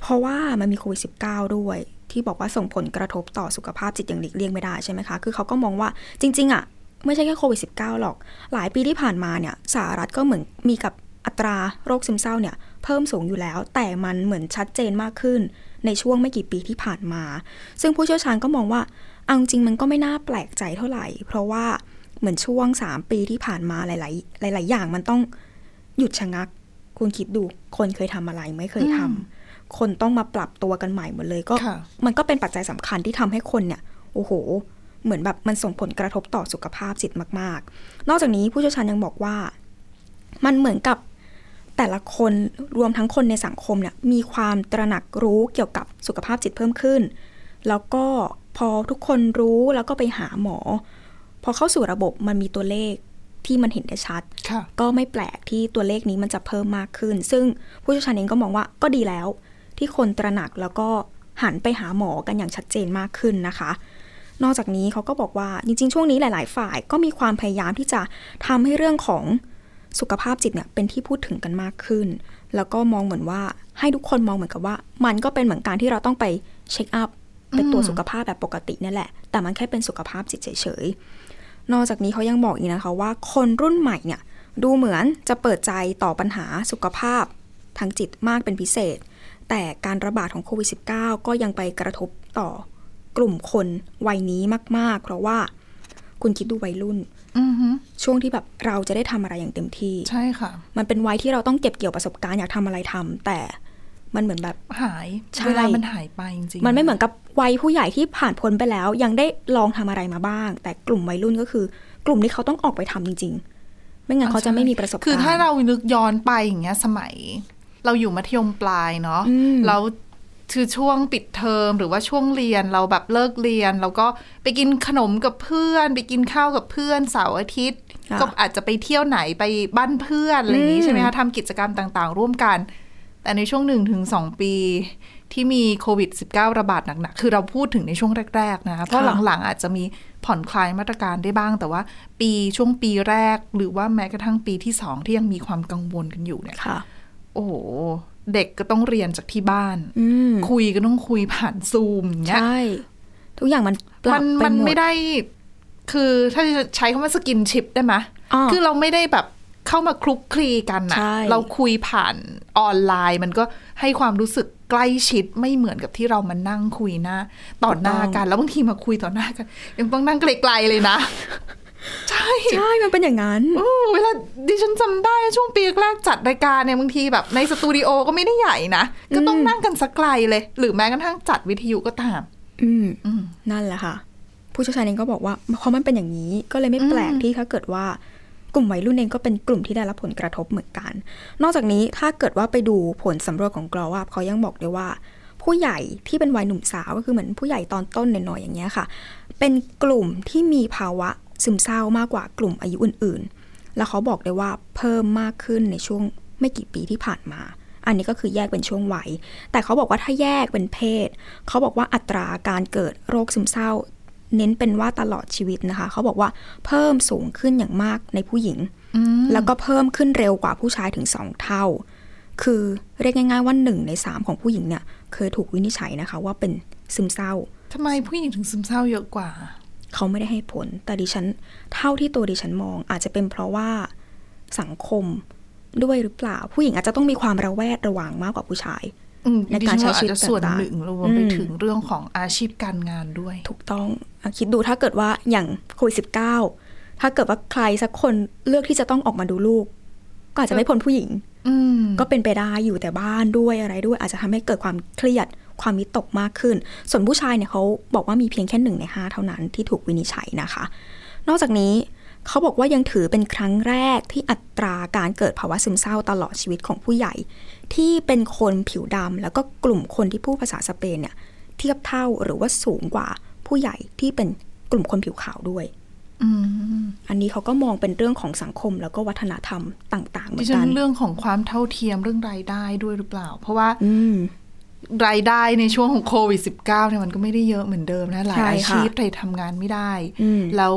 [SPEAKER 3] เพราะว่ามันมีโควิด1 9ด้วย ที่บอกว่าส่งผลกระทบต่อสุขภาพจิตอย่างหลีกเลี่ยงไม่ได้ใช่ไหมคะ คือเขาก็มองว่าจริง ๆ อ่ะ ไม่ใช่แค่โควิด1 9หรอก หลายปีที่ผ่านมาเนี่ยสหรัฐก็เหมือนมีกับอัตราโรคซึมเศร้าเนี่ยเพิ่มสูงอยู่แล้ว แต่มันเหมือนชัดเจนมากขึ้น ในช่วงไม่กี่ปีที่ผ่านมา ซึ่งผู้เชี่ยวชาญก็มองว่าเอาจริงๆมันก็ไม่น่าแปลกใจเท่าไหร่ เพราะว่าเหมือนช่วง 3 ปีที่ผ่านมาหลาย ๆ หลาย ๆ อย่างมันต้องหยุดชะงัก คุณคิดดู คนเคยทำอะไรไม่เคยทำ
[SPEAKER 2] อืม
[SPEAKER 3] คนต้องมาปรับตัวกันใหม่หมดเลยก็
[SPEAKER 2] ค่ะ
[SPEAKER 3] มันก็เป็นปัจจัยสำคัญที่ทำให้คนเนี่ย โอ้โห เหมือนแบบมันส่งผลกระทบต่อสุขภาพจิตมาก ๆ นอกจากนี้ผู้เชี่ยวชาญยังบอกว่า มันเหมือนกับแต่ละคนรวมทั้งคนในสังคมเนี่ยมีความตระหนักรู้เกี่ยวกับสุขภาพจิตเพิ่มขึ้น แล้วก็พอทุกคนรู้แล้วก็ไปหาหมอ พอเข้าสู่ระบบมันมีตัวเลขที่มันเห็นได้ชัด
[SPEAKER 2] ค่ะ
[SPEAKER 3] ก็ไม่แปลกที่ตัวเลขนี้มันจะเพิ่มมากขึ้น ซึ่งผู้เชี่ยวชาญเองก็มองว่าก็ดีแล้ว ที่คนตระหนักแล้วก็หันไปหาหมอกันอย่างชัดเจนมากขึ้นนะคะ นอกจากนี้เขาก็บอกว่าจริงๆ ช่วงนี้หลาย ๆ ฝ่ายก็มีความพยายามที่จะทำให้เรื่องของสุขภาพจิตเนี่ยเป็นที่พูดถึงกันมากขึ้น แล้วก็มองเหมือนว่าให้ทุกคนมองเหมือนกับว่า มันก็เป็นเหมือนการที่เราต้องไปเช็คอัพไปตรวจ
[SPEAKER 2] อืม
[SPEAKER 3] สุขภาพแบบปกตินั่นแหละ แต่มันแค่เป็นสุขภาพจิตเฉยๆ นอกจากนี้เขายังบอกอีกนะคะว่าคนรุ่นใหม่เนี่ยดูเหมือนจะเปิดใจต่อปัญหาสุขภาพทางจิตมากเป็นพิเศษ แต่การระบาดของโควิด -19 ก็ยังไปกระทบต่อกลุ่มคนวัยนี้มาก ๆ เพราะว่าคุณคิดดูวัยรุ่น
[SPEAKER 2] อือฮึ
[SPEAKER 3] ช่วงที่แบบเราจะได้ทำอะไรอย่างเต็มที่
[SPEAKER 2] ใช่ค่ะ
[SPEAKER 3] มันเป็นวัยที่เราต้องเก็บเกี่ยวประสบการณ์อยากทำอะไรทำแต่มันเหมือนแบบ
[SPEAKER 2] หาย
[SPEAKER 3] ใช่
[SPEAKER 2] เวลามันหายไปจริงๆ
[SPEAKER 3] มันไม่เหมือนกับวัยผู้ใหญ่ที่ผ่านพ้นไปแล้ว ยังได้ลองทำอะไรมาบ้าง แต่กลุ่มวัยรุ่นก็คือ กลุ่มที่เขาต้องออกไปทำจริง ๆ ไม่งั้นเขาจะไม่มีประสบการณ์
[SPEAKER 2] คือถ้าเรานึกย้อนไปอย่างเงี้ยสมัย เราอยู่มัธยมปลายเนาะ
[SPEAKER 3] อืม
[SPEAKER 2] แล้วคือช่วงปิดเทอมหรือว่าช่วงเรียนเราแบบเลิกเรียน เราก็ไปกินขนมกับเพื่อน ไปกินข้าวกับเพื่อนเสาร์อาทิตย์
[SPEAKER 3] ค่ะ
[SPEAKER 2] ก็อาจจะไปเที่ยวไหนไปบ้านเพื่อนอะไรอย่างนี้
[SPEAKER 3] อืม
[SPEAKER 2] ใช่ไหมคะทำกิจกรรมต่างๆ ร่วมกัน แต่ในช่วง 1-2 ปีที่มีโควิด -19 ระบาดหนัก ๆ คือเราพูดถึงในช่วงแรก ๆ นะคะเพราะ
[SPEAKER 3] ค่ะ
[SPEAKER 2] หลัง ๆ อาจจะมีผ่อนคลายมาตรการได้บ้าง แต่ว่าปีช่วงปีแรก หรือว่าแม้กระทั่งปีที่สองที่ยังมีความกังวลกันอยู่เนี่ย
[SPEAKER 3] ค่ะ
[SPEAKER 2] โอ้โห เด็กก็ต้องเรียนจากที่บ้าน
[SPEAKER 3] อืม
[SPEAKER 2] คุยก็ต้องคุยผ่านซูมอย่างเงี้ย
[SPEAKER 3] ใช่ ทุกอย่างมันป
[SPEAKER 2] มั
[SPEAKER 3] รับ
[SPEAKER 2] น
[SPEAKER 3] ป
[SPEAKER 2] มัน
[SPEAKER 3] ห
[SPEAKER 2] ไม่ได้ คือถ้าจะใช้คำว่าสกินชิปได้ไหม
[SPEAKER 3] อ้อ
[SPEAKER 2] คือเราไม่ได้แบบเข้ามาคลุกคลีกันนะ
[SPEAKER 3] ใช่
[SPEAKER 2] เราคุยผ่านออนไลน์ มันก็ให้ความรู้สึกใกล้ชิดไม่เหมือนกับที่เรามานั่งคุยหน้าต่อหน้ากัน แล้วบางทีมาคุยต่อหน้ากัน ยังต้องนั่งไกลๆเลยนะ ใช่
[SPEAKER 3] ใช่ มันเป็นอย่างนั้น
[SPEAKER 2] อืมเวลาดิฉันจำได้ช่วงปีแรกๆจัดรายการเนี่ยบางทีแบบในสตูดิโอก็ไม่ได้ใหญ่นะ ก็ต้องนั่งกันสักไกลเลย หรือแม้กระทั่งจัดวิทยุก็ตาม
[SPEAKER 3] อืม
[SPEAKER 2] อืม
[SPEAKER 3] นั่นแหละค่ะ ผู้เชี่ยวชาญเองก็บอกว่าเพราะมันเป็นอย่างนี้ ก็เลยไม่แปลกที่ถ้าเกิดว่ากลุ่มวัยรุ่นเองก็เป็นกลุ่มที่ได้รับผลกระทบเหมือนกัน นอกจากนี้ถ้าเกิดว่าไปดูผลสำรวจของกรอว่าเขายังบอกด้วยว่า ผู้ใหญ่ที่เป็นวัยหนุ่มสาวก็คือเหมือนผู้ใหญ่ตอนต้นหน่อยๆอย่างเงี้ยค่ะ เป็นกลุ่มที่มีภาวะซึมเศร้ามากกว่ากลุ่มอายุอื่นๆ แล้วเขาบอกได้ว่าเพิ่มมากขึ้นในช่วงไม่กี่ปีที่ผ่านมา อันนี้ก็คือแยกเป็นช่วงวัย แต่เขาบอกว่าถ้าแยกเป็นเพศ เขาบอกว่าอัตราการเกิดโรคซึมเศร้า เน้นเป็นว่าตลอดชีวิตนะคะ เขาบอกว่าเพิ่มสูงขึ้นอย่างมากในผู้หญิง
[SPEAKER 2] อืม
[SPEAKER 3] แล้วก็เพิ่มขึ้นเร็วกว่าผู้ชายถึง 2 เท่า คือเรียกง่ายๆว่า 1 ใน 3 ของผู้หญิงเนี่ย เคยถูกวินิจฉัยนะคะว่าเป็นซึมเศร้า
[SPEAKER 2] ทำไมผู้หญิงถึงซึมเศร้าเยอะกว่า
[SPEAKER 3] เขาไม่ได้ให้ผล แต่ดิฉัน เท่าที่ตัวดิฉันมอง อาจจะเป็นเพราะว่าสังคมด้วยหรือเปล่า ผู้หญิงอาจจะต้องมีความระแวดระวังมากกว่าผู้ชาย
[SPEAKER 2] อืม
[SPEAKER 3] ในการใช้ชีวิต
[SPEAKER 2] ดิฉันว่าอาจจะส่วนหนึ่ง
[SPEAKER 3] ต่าง
[SPEAKER 2] ร
[SPEAKER 3] ๆ
[SPEAKER 2] วมไป
[SPEAKER 3] อืม
[SPEAKER 2] ถึงเรื่องของอาชีพการงานด้วย
[SPEAKER 3] ถูกต้องอ่ะคิดดูถ้าเกิดว่าอย่างโควิดสิถ้าเกิดว่าใครสักคนเลือกที่จะต้องออกมาดูลูก ก็อาจจะไม่พ้นผู้หญิง
[SPEAKER 2] อืม
[SPEAKER 3] ก็เป็นไปได้อยู่แต่บ้านด้วยอะไรด้วย อาจจะทำให้เกิดความเครียดความวิตกมากขึ้น ส่วนผู้ชายเนี่ยเขาบอกว่ามีเพียงแค่หนึ่งในห้าเท่านั้นที่ถูกวินิจฉัยนะคะ นอกจากนี้เขาบอกว่ายังถือเป็นครั้งแรกที่อัตราการเกิดภาวะซึมเศร้าตลอดชีวิตของผู้ใหญ่ ที่เป็นคนผิวดำแล้วก็กลุ่มคนที่พูดภาษาสเปนเนี่ยเทียบเท่าหรือว่าสูงกว่าผู้ใหญ่ที่เป็นกลุ่มคนผิวขาวด้วย
[SPEAKER 2] อืม
[SPEAKER 3] อันนี้เขาก็มองเป็นเรื่องของสังคมแล้วก็วัฒนธรรมต่าง ๆ เหมื
[SPEAKER 2] ดิ
[SPEAKER 3] อน
[SPEAKER 2] ฉั
[SPEAKER 3] กัน
[SPEAKER 2] นเรื่องของความเท่าเทียมเรื่องรายได้ด้วยหรือเปล่า เพราะว่า
[SPEAKER 3] อืม
[SPEAKER 2] รายได้ในช่วงของโควิด -19 เนี่ยมันก็ไม่ได้เยอะเหมือนเดิมนะหลาย
[SPEAKER 3] ใช่
[SPEAKER 2] อา
[SPEAKER 3] ค่ะ
[SPEAKER 2] ชีพใครทำงานไม่ได้
[SPEAKER 3] อืม
[SPEAKER 2] แล้ว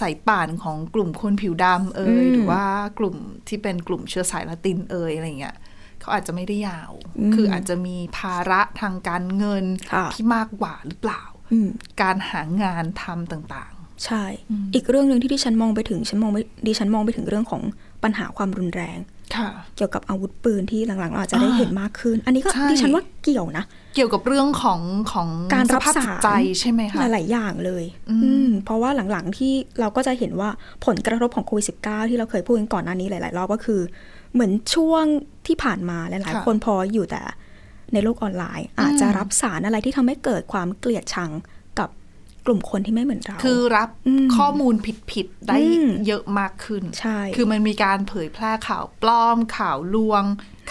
[SPEAKER 2] สายป่านของกลุ่มคนผิวดำเอ่
[SPEAKER 3] อื
[SPEAKER 2] ย
[SPEAKER 3] ม
[SPEAKER 2] หรือว่ากลุ่มที่เป็นกลุ่มเชื้อสายละตินเอ่ยอะไรเงี้ยเขาอาจจะไม่ได้ยาว
[SPEAKER 3] อืม
[SPEAKER 2] คืออาจจะมีภาระทางการเงิน
[SPEAKER 3] ค่ะ
[SPEAKER 2] ที่มากกว่าหรือเปล่า
[SPEAKER 3] อืม
[SPEAKER 2] การหางานทำต่าง
[SPEAKER 3] ใช่ อีกเรื่องหนึ่งที่ดิฉันมองไปถึงฉันมองไปดิฉันมองไปถึงเรื่องของปัญหาความรุนแรง
[SPEAKER 2] ๆ ค่ะ
[SPEAKER 3] เกี่ยวกับอาวุธปืนที่หลังๆเราอาจจะได้เห็นมากขึ้น อันนี้ก็
[SPEAKER 2] ใช่
[SPEAKER 3] ดิฉันว่าเกี่ยวนะ
[SPEAKER 2] เกี่ยวกับเรื่องของของ
[SPEAKER 3] การ
[SPEAKER 2] ส
[SPEAKER 3] รับ
[SPEAKER 2] ภาพ
[SPEAKER 3] สาร
[SPEAKER 2] จิตใจใช่ไหมคะ
[SPEAKER 3] หลายๆอย่างเลย
[SPEAKER 2] อืม
[SPEAKER 3] อืม เพราะว่าหลังๆที่เราก็จะเห็นว่าผลกระทบของโควิดสิที่เราเคยพูดกันก่อนหน้านี้หลาย ๆ รอบก็คือ เหมือนช่วงที่ผ่านมาหลาย ๆ คนพออยู่แต่ในโลกออนไลน์ อาจจะรับสารอะไรที่ทำให้เกิดความเกลียดชังกับกลุ่มคนที่ไม่เหมือนเรา
[SPEAKER 2] คือรับ
[SPEAKER 3] อืม
[SPEAKER 2] ข้อมูลผิดๆ ได้
[SPEAKER 3] อืม
[SPEAKER 2] เยอะมากขึ้น
[SPEAKER 3] ใช่
[SPEAKER 2] คือมันมีการเผยแพร่ข่าวปลอม ข่าวลวง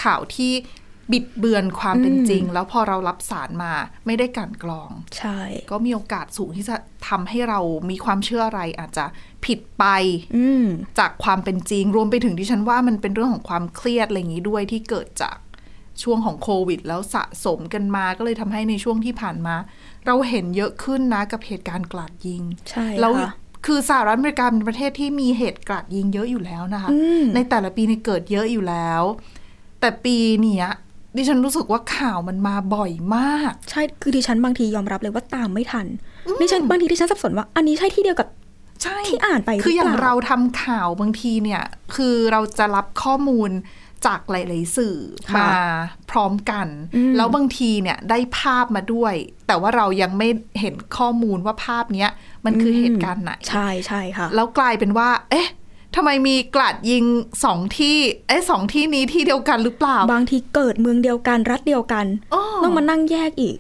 [SPEAKER 2] ข่าวที่บิดเบือนความเป็นจริง
[SPEAKER 3] อืม
[SPEAKER 2] แล้วพอเรารับสารมาไม่ได้กลันกรอง
[SPEAKER 3] ใช่
[SPEAKER 2] ก็มีโอกาสสูงที่จะทำให้เรามีความเชื่ออะไรอาจจะผิดไป
[SPEAKER 3] อืม
[SPEAKER 2] จากความเป็นจริง รวมไปถึงที่ฉันว่ามันเป็นเรื่องของความเครียดอะไรอย่างนี้ด้วยที่เกิดจากช่วงของโควิด แล้วสะสมกันมาก็เลยทำให้ในช่วงที่ผ่านมา เราเห็นเยอะขึ้นนะกับเหตุการณ์กลาดยิง
[SPEAKER 3] ใช่
[SPEAKER 2] แล้ว
[SPEAKER 3] ค่ะ
[SPEAKER 2] คือสหรัฐอเมริกาเป็นประเทศที่มีเหตุกราดยิงเยอะอยู่แล้วนะคะ
[SPEAKER 3] อืม
[SPEAKER 2] ในแต่ละปีเนี่ยเกิดเยอะอยู่แล้ว แต่ปีเนี้ยดิฉันรู้สึกว่าข่าวมันมาบ่อยมาก
[SPEAKER 3] ใช่ คือดิฉันบางทียอมรับเลยว่าตามไม่ทัน ดิฉันบางทีดิฉันสับสนว่า อันนี้ใช่ที่เดียวกับ
[SPEAKER 2] ใช่
[SPEAKER 3] ที่อ่านไปห
[SPEAKER 2] คืออย่าง
[SPEAKER 3] ปล่
[SPEAKER 2] เราทำข่าวบางทีเนี่ย คือเราจะรับข้อมูลจากหลาย ๆ สื่อมาพร้อมกัน แล้วบางทีเนี่ยได้ภาพมาด้วย แต่ว่าเรายังไม่เห็นข้อมูลว่าภาพเนี้ยมันคือเหตุการณ์ไหน
[SPEAKER 3] ใช่ใช่ค่ะ
[SPEAKER 2] แล้วกลายเป็นว่า เอ๊ะทำไมมีกราดยิงสองที่ เอ๊ะสองที่นี้ที่เดียวกันหรือเปล่า
[SPEAKER 3] บางทีเกิดเมืองเดียวกันรัฐเดียวกัน
[SPEAKER 2] อ้อ
[SPEAKER 3] ต้องมานั่งแยกอีก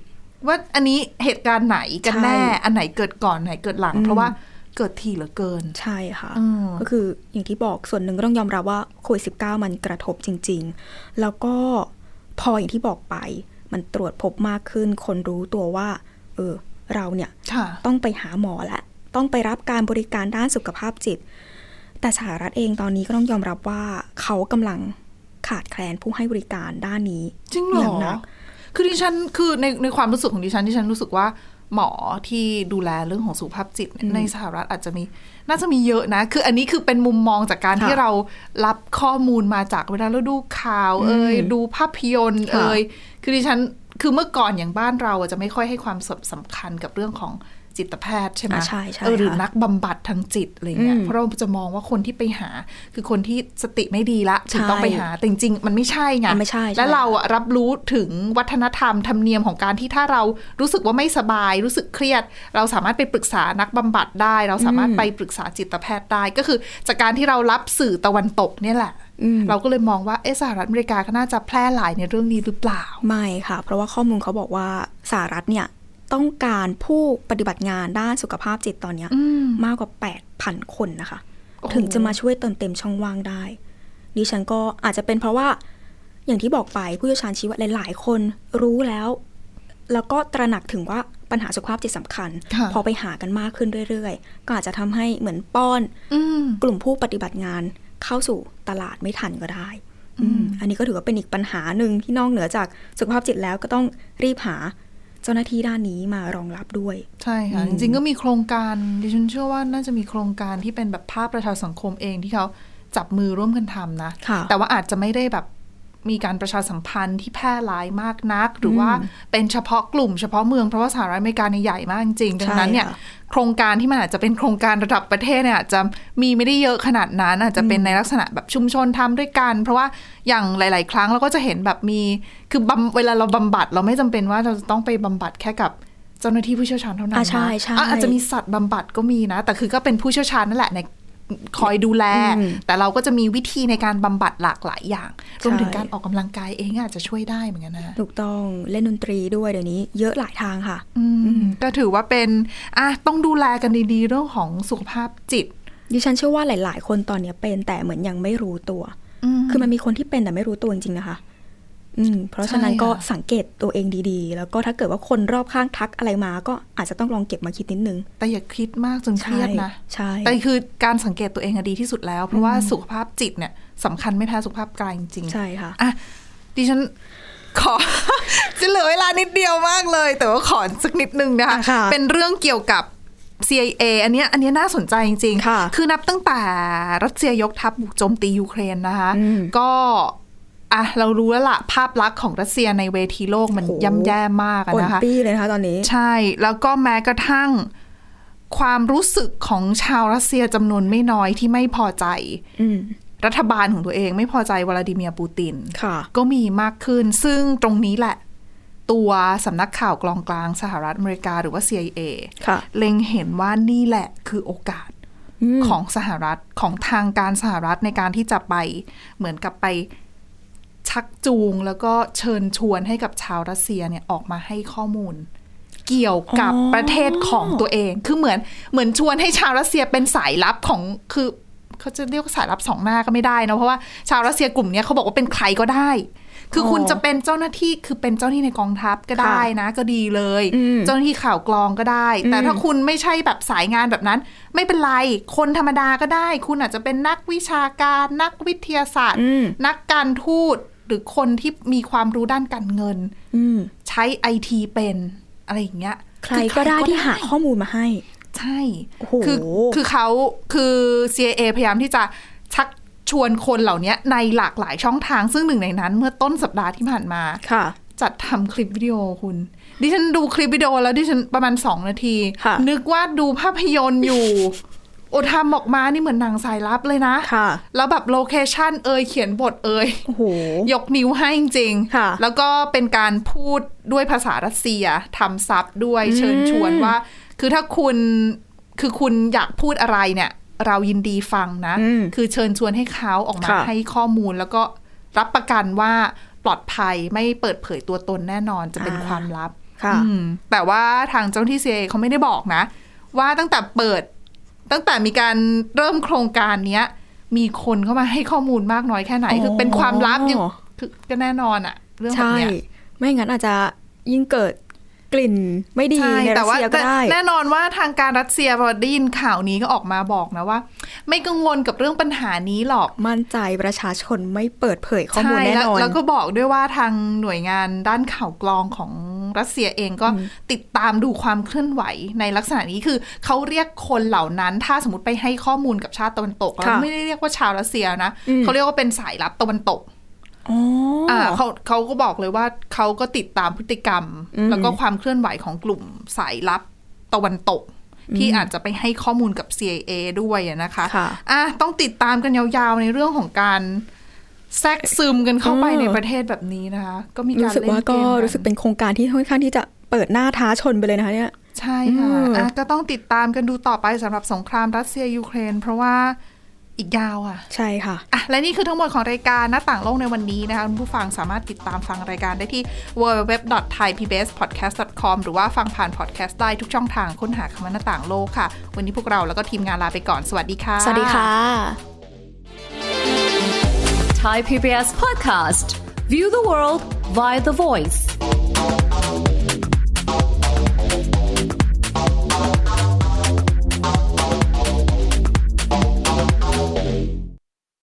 [SPEAKER 2] ว่าอันนี้เหตุการณ์ไหนกันแน่
[SPEAKER 3] ใช่
[SPEAKER 2] อันไหนเกิดก่อนไหนเกิดหลัง เพราะว่าเกิดทีเหลือเกิน
[SPEAKER 3] ใช่ค่ะ
[SPEAKER 2] อืม
[SPEAKER 3] ก็คืออย่างที่บอกส่วนหนึ่งก็ต้องยอมรับว่าโควิดสิมันกระทบจริง ๆ แล้วก็พออย่างที่บอกไป มันตรวจพบมากขึ้น คนรู้ตัวว่า เออ เราเนี่ย
[SPEAKER 2] ค่ะ
[SPEAKER 3] ต้องไปหาหมอละ ต้องไปรับการบริการด้านสุขภาพจิต แต่สหรัฐเองตอนนี้ก็ต้องยอมรับว่าเขากำลัง ขาดแคลนผู้ให้บริการด้านนี้
[SPEAKER 2] จริงเหร
[SPEAKER 3] อย่า
[SPEAKER 2] อง
[SPEAKER 3] หนัก
[SPEAKER 2] คือดิฉันคือในในความรู้สึกของดิฉันดิฉันรู้สึกว่าหมอที่ดูแลเรื่องของสุขภาพจิตเนี่ยในสหรัฐอาจจะมี น่าจะมีเยอะนะ คืออันนี้คือเป็นมุมมองจากการ
[SPEAKER 3] ค่ะ
[SPEAKER 2] ที่เรารับข้อมูลมาจากเวลาเราดูข่าว เอ่ยดูภาพยนตร์
[SPEAKER 3] ค่ะ
[SPEAKER 2] เอ่ยคือดิฉันคือเมื่อก่อนอย่างบ้านเราอะจะไม่ค่อยให้ความสำสำคัญกับเรื่องของจิตแพทย์ใช่ไหม
[SPEAKER 3] อ่ะใช่ใช่
[SPEAKER 2] เออหรือ
[SPEAKER 3] ค่ะ
[SPEAKER 2] นักบำบัดทางจิตอะไรเงี้ย
[SPEAKER 3] อืม
[SPEAKER 2] เพราะเราจะมองว่าคนที่ไปหา คือคนที่สติไม่ดีละถึง
[SPEAKER 3] ใช่
[SPEAKER 2] ต้องไปหาแต่จริงๆมันไม่ใช่ไง
[SPEAKER 3] มันไม่ใช่ใช่
[SPEAKER 2] และเราอะรับรู้ถึงวัฒนธรรมธรรมเนียมของการที่ถ้าเรารู้สึกว่าไม่สบาย รู้สึกเครียด เราสามารถไปปรึกษานักบำบัดได้ เราสามารถไปปรึกษาจิตแพทย์ได้ ก็คือจากการที่เรารับสื่อตะวันตกเนี่ยแหละ เราก็เลยมองว่าเอะสหรัฐอเมริกาก็น่าจะแพร่หลายในเรื่องนี้หรือเปล่า
[SPEAKER 3] ไม่ค่ะ เพราะว่าข้อมูลเขาบอกว่าสหรัฐเนี่ยต้องการผู้ปฏิบัติงานด้านสุขภาพจิตตอนเนี้ยมากกว่า 8,000 คนนะคะ
[SPEAKER 2] โอ้โห
[SPEAKER 3] ถึงจะมาช่วยเติมเต็มช่องว่างได้ ดิฉันก็อาจจะเป็นเพราะว่าอย่างที่บอกไปผู้เชี่ยวชาญชี้ว่าหลาย ๆ คนรู้แล้ว แล้วก็ตระหนักถึงว่าปัญหาสุขภาพจิตสำคัญ
[SPEAKER 2] ค่ะ
[SPEAKER 3] พอไปหากันมากขึ้นเรื่อย ๆ ก็อาจจะทำให้เหมือนป้อน
[SPEAKER 2] อืม
[SPEAKER 3] กลุ่มผู้ปฏิบัติงานเข้าสู่ตลาดไม่ทันก็ได้ อืมอันนี้ก็ถือว่าเป็นอีกปัญหาหนึ่งที่นอกเหนือจากสุขภาพจิตแล้วก็ต้องรีบหาเจ้าหน้าที่ด้านนี้มารองรับด้วย
[SPEAKER 2] ใช่ค่ะ จริงๆก็มีโครงการดิฉันเชื่อว่าน่าจะมีโครงการที่เป็นแบบภาคประชาสังคมเองที่เขาจับมือร่วมกันทำนะ
[SPEAKER 3] ค่ะ
[SPEAKER 2] แต่ว่าอาจจะไม่ได้แบบมีการประชาสัมพันธ์ที่แพร่หลายมากนัก หรือว่าเป็นเฉพาะกลุ่มเฉพาะเมืองเพราะว่าสหรัฐอเมริกาเนี่ยใหญ่มากจริงๆดังนั้นเนี่ย
[SPEAKER 3] ใช่ค่ะ
[SPEAKER 2] โครงการที่มันอาจจะเป็นโครงการระดับประเทศเนี่ยอาจจะมีไม่ได้เยอะขนาดนั้นอาจจะเป็นในลักษณะแบบชุมชนทำด้วยกัน เพราะว่าอย่างหลาย ๆ ครั้งเราก็จะเห็นแบบมีคือบำเวลาเราบำบัดเราไม่จำเป็นว่าเราจะต้องไปบำบัดแค่กับเจ้าหน้าที่ผู้เชี่ยวชาญเท่านั้น
[SPEAKER 3] อ่ะใช่ใช่
[SPEAKER 2] อ่ะอาจจะมีสัตว์บำบัดก็มีนะ แต่คือก็เป็นผู้เชี่ยวชาญนั่นแหละในคอยดูแล
[SPEAKER 3] อืม
[SPEAKER 2] แต่เราก็จะมีวิธีในการบำบัดหลากหลายอย่างรวมถึง
[SPEAKER 3] ใช่
[SPEAKER 2] การออกกำลังกายเองอาจจะช่วยได้เหมือนกันนะ
[SPEAKER 3] ถูกต้องเล่นดนตรีด้วยเดี๋ยวนี้เยอะหลายทางค่ะ
[SPEAKER 2] อืมก็ถือว่าเป็นอ่ะต้องดูแลกันดีๆ เรื่องของสุขภาพจิต
[SPEAKER 3] ดิฉันเชื่อว่าหลาย ๆ คนตอนเนี้ยเป็นแต่เหมือนยังไม่รู้ตัว
[SPEAKER 2] อืม
[SPEAKER 3] คือมันมีคนที่เป็นแต่ไม่รู้ตัวจริงๆนะคะ อืม เพราะฉะนั้น
[SPEAKER 2] ใช่ค่ะ
[SPEAKER 3] ก็สังเกตตัวเองดีๆ แล้วก็ถ้าเกิดว่าคนรอบข้างทักอะไรมา ก็อาจจะต้องลองเก็บมาคิดนิดนึง
[SPEAKER 2] แต่อย่าคิดมากจนเครียดนะ
[SPEAKER 3] ใช่
[SPEAKER 2] แต่
[SPEAKER 3] ใช่
[SPEAKER 2] คือการสังเกตตัวเองอะดีที่สุดแล้ว เพราะว่าสุขภาพจิตเนี่ยสำคัญไม่แพ้สุขภาพกายจริงๆ
[SPEAKER 3] ใช่ค่ะ
[SPEAKER 2] อ่ะดิฉัน ขอ จะเหลือเวลานิดเดียวมากเลย แต่ว่าขอสักนิดนึงนะคะ
[SPEAKER 3] อ่ะค่ะ
[SPEAKER 2] เป็นเรื่องเกี่ยวกับ CIA อันเนี้ยอันเนี้ยน่าสนใจจริงๆ
[SPEAKER 3] ค่ะ
[SPEAKER 2] อนับตั้งแต่รัสเซียยกทัพบุกโจมตียูเครนนะคะ
[SPEAKER 3] อืม
[SPEAKER 2] ก็อ่ะเรารู้แล้วละภาพลักษณ์ของรัสเซียในเวทีโลกมัน
[SPEAKER 3] โอ้โห
[SPEAKER 2] ย่ำแย่มากอะ
[SPEAKER 3] อ่อน
[SPEAKER 2] นะคะ
[SPEAKER 3] ปี้เลยนะคะตอนนี้
[SPEAKER 2] ใช่แล้วก็แม้กระทั่งความรู้สึกของชาวรัสเซียจำนวนไม่น้อยที่ไม่พอใจ
[SPEAKER 3] อืม
[SPEAKER 2] รัฐบาลของตัวเองไม่พอใจวลาดิเมียร์ปูติน
[SPEAKER 3] ค่ะ
[SPEAKER 2] ก็มีมากขึ้น ซึ่งตรงนี้แหละ ตัวสำนักข่าวกลองกลางสหรัฐอเมริกาหรือว่า CIA
[SPEAKER 3] ค่ะ
[SPEAKER 2] เล็งเห็นว่านี่แหละคือโอกาสของสหรัฐของทางการสหรัฐในการที่จะไปเหมือนกับไปชักจูงแล้วก็เชิญชวนให้กับชาวรัสเซียเนี่ยออกมาให้ข้อมูล เกี่ยวกับ
[SPEAKER 3] อ๋อ
[SPEAKER 2] ประเทศของตัวเอง คือเหมือนเหมือนชวนให้ชาวรัสเซียเป็นสายลับของคือเขาจะเรียกว่าสายลับสองหน้าก็ไม่ได้นะเพราะว่าชาวรัสเซียกลุ่มเนี้ยเขาบอกว่าเป็นใครก็ได้ คืออ
[SPEAKER 3] อ
[SPEAKER 2] คุณจะเป็นเจ้าหน้าที่คือเป็นเจ้าหน้าที่ในกองทัพก็ได้นะ ก็ดีเลย
[SPEAKER 3] อืม
[SPEAKER 2] เจ้าหน้าที่ข่าวกรองก็ได้ แต่ถ้าคุณไม่ใช่แบบสายงานแบบนั้น ไม่เป็นไร คนธรรมดาก็ได้ คุณอาจจะเป็นนักวิชาการ นักวิทยาศาสตร์
[SPEAKER 3] อืม
[SPEAKER 2] นักการทูตหรือคนที่มีความรู้ด้านการเงิน
[SPEAKER 3] อืม ใ
[SPEAKER 2] ใช้ไอทีเป็นอะไรอย่างเงี้ย
[SPEAKER 3] ครก็ได้ที่หาข้อมูลมาให้
[SPEAKER 2] ใช่
[SPEAKER 3] โอ้โห
[SPEAKER 2] คือคือเขาคือ CIA พยายามที่จะชักชวนคนเหล่านี้ในหลากหลายช่องทาง ซึ่งหนึ่งในนั้น เมื่อต้นสัปดาห์ที่ผ่านมา
[SPEAKER 3] ค่ะ
[SPEAKER 2] จัดทำคลิปวิดีโอคุณ ดิฉันดูคลิปวิดีโอแล้วดิฉันประมาณ 2 นาที
[SPEAKER 3] ค่ะ
[SPEAKER 2] นึกว่าดูภาพยนตร์ อยู่ โอทำออกมานี่เหมือนหนังสายลับเลยนะ
[SPEAKER 3] ค่ะ
[SPEAKER 2] แล้วแบบโลเคชันเอยเขียนบทเอย
[SPEAKER 3] โอ้โห
[SPEAKER 2] ยกนิ้วให้จริงๆ
[SPEAKER 3] ค่ะ
[SPEAKER 2] แล้วก็เป็นการพูดด้วยภาษารัสเซียทำซับด้วยเชิญชวนว่า คือถ้าคุณ คือคุณอยากพูดอะไรเนี่ย เรายินดีฟังนะ คือเชิญชวนให้เขาออกมา
[SPEAKER 3] ค่ะ
[SPEAKER 2] ให้ข้อมูลแล้วก็รับประกันว่าปลอดภัยไม่เปิดเผยตัวตนแน่นอนจะเป็น
[SPEAKER 3] อ่า
[SPEAKER 2] ความลับ
[SPEAKER 3] ค่ะ
[SPEAKER 2] อืมแต่ว่าทางเจ้าหน้าที่ CIA เขาไม่ได้บอกนะ ว่าตั้งแต่เปิด ตั้งแต่มีการเริ่มโครงการเนี้ย มีคนเข้ามาให้ข้อมูลมากน้อยแค่ไหน
[SPEAKER 3] อ๋อ
[SPEAKER 2] คือเป็นความลับยังคือก็แน่นอนอะเรื่องแบบ
[SPEAKER 3] ใช่
[SPEAKER 2] เนี้ย
[SPEAKER 3] ไม่งั้นอาจจะยิ่งเกิด กลิ่นไม่ดี
[SPEAKER 2] ใช่
[SPEAKER 3] ใน
[SPEAKER 2] แต่
[SPEAKER 3] รัส
[SPEAKER 2] ว่า
[SPEAKER 3] เซียก็ได้
[SPEAKER 2] แน่นอนว่าทางการรัสเซียพอได้ยินข่าวนี้ก็ออกมาบอกนะว่า ไม่กังวลกับเรื่องปัญหานี้หรอก
[SPEAKER 3] มั่นใจประชาชนไม่เปิดเผยข้อมูล
[SPEAKER 2] ใช่
[SPEAKER 3] แน่
[SPEAKER 2] แล้ว
[SPEAKER 3] นอน
[SPEAKER 2] แล้วก็บอกด้วยว่าทางหน่วยงานด้านข่าวกรองของรัสเซียเองก็ติดตามดูความเคลื่อนไหวในลักษณะนี้คือเขาเรียกคนเหล่านั้น ถ้าสมมติไปให้ข้อมูลกับชาติตะวันตกแล้ว
[SPEAKER 3] ค่ะ
[SPEAKER 2] ไม่ได้เรียกว่าชาวรัสเซียนะ
[SPEAKER 3] อืม
[SPEAKER 2] เขาเรียกว่าเป็นสายลับตะวันตก
[SPEAKER 3] อ๋ออ
[SPEAKER 2] อ่าเขาเขาก็บอกเลยว่าเขาก็ติดตามพฤติกรรม
[SPEAKER 3] อืม
[SPEAKER 2] แล้วก็ความเคลื่อนไหวของกลุ่มสายลับตะวันตก ที่อาจจะไปให้ข้อมูลกับ CIA ด้วยอะนะคะ
[SPEAKER 3] ค่ะ
[SPEAKER 2] อ่ะต้องติดตามกันยาวๆในเรื่องของการแทรกซึมกันเข้าไปในประเทศแบบนี้นะคะ ก็มีการ
[SPEAKER 3] รู้สึก
[SPEAKER 2] เล่น
[SPEAKER 3] ว่า
[SPEAKER 2] เก
[SPEAKER 3] ก็
[SPEAKER 2] มน
[SPEAKER 3] รู้สึกเป็นโครงการที่ค่อนข้างที่จะเปิดหน้าท้าชนไปเลยนะคะเนี่ย
[SPEAKER 2] ใช่ค่ะ
[SPEAKER 3] อืม
[SPEAKER 2] อ่ะก็ต้องติดตามกันดูต่อไปสำหรับสงครามรัสเซียยูเครน เพราะว่าอีกยาวอ่ะ
[SPEAKER 3] ใช่ค่ะ
[SPEAKER 2] อ่ะและนี่คือทั้งหมดของรายการหน้าต่างโลกในวันนี้นะคะคุณผู้ฟังสามารถติดตามฟังรายการได้ที่ www.thaipbspodcast.com หรือว่าฟังผ่านพอดแคสต์ได้ทุกช่องทางค้นหาคำว่าหน้าต่างโลกค่ะ วันนี้พวกเราแล้วก็ทีมงานลาไปก่อน สวัสดีค่ะ
[SPEAKER 3] สวัสดีค่ะ
[SPEAKER 4] Thai PBS podcast. View the world via the voice.